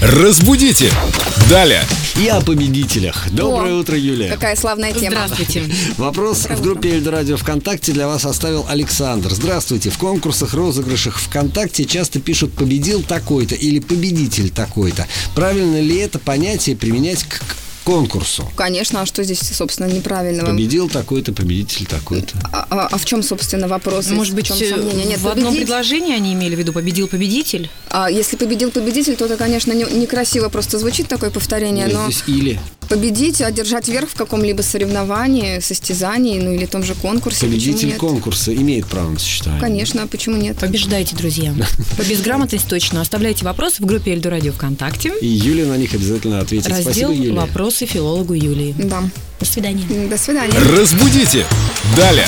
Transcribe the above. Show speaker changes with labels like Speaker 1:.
Speaker 1: Разбудите! Далее.
Speaker 2: И о победителях. Доброе
Speaker 3: О.
Speaker 2: утро, Юлия.
Speaker 3: Какая славная тема.
Speaker 4: Здравствуйте.
Speaker 2: Вопрос в группе Эльдорадио ВКонтакте для вас оставил Александр. Здравствуйте. В конкурсах, розыгрышах ВКонтакте часто пишут «победил такой-то» или «победитель такой-то». Правильно ли это понятие применять к к конкурсу?
Speaker 3: Конечно, а что здесь, собственно, неправильного?
Speaker 2: Победил такой-то, победитель такой-то.
Speaker 3: А, а- а в чем, собственно, вопрос?
Speaker 4: Может быть,
Speaker 3: в чем
Speaker 4: э,
Speaker 3: сомнение? Нет,
Speaker 4: в одном
Speaker 3: победить-
Speaker 4: предложении они имели в виду победил победитель.
Speaker 3: А, если победил победитель, то это, конечно, не- некрасиво просто звучит такое повторение,
Speaker 2: Нет,
Speaker 3: но
Speaker 2: Э, Здесь «или».
Speaker 3: победить, одержать верх в каком-либо соревновании, состязании, ну или том же конкурсе. почему
Speaker 2: Победитель
Speaker 3: нет?
Speaker 2: конкурса имеет право на сочетание.
Speaker 3: Конечно, а почему нет?
Speaker 4: Побеждайте, друзья. По безграмотности точно. Оставляйте вопросы в группе Эльду Радио ВКонтакте.
Speaker 2: И Юля на них обязательно ответит.
Speaker 4: Раздел
Speaker 2: Спасибо, Юлия.
Speaker 4: «Вопросы филологу Юлии».
Speaker 3: Да.
Speaker 4: До свидания.
Speaker 3: До свидания.
Speaker 1: Разбудите! Далее.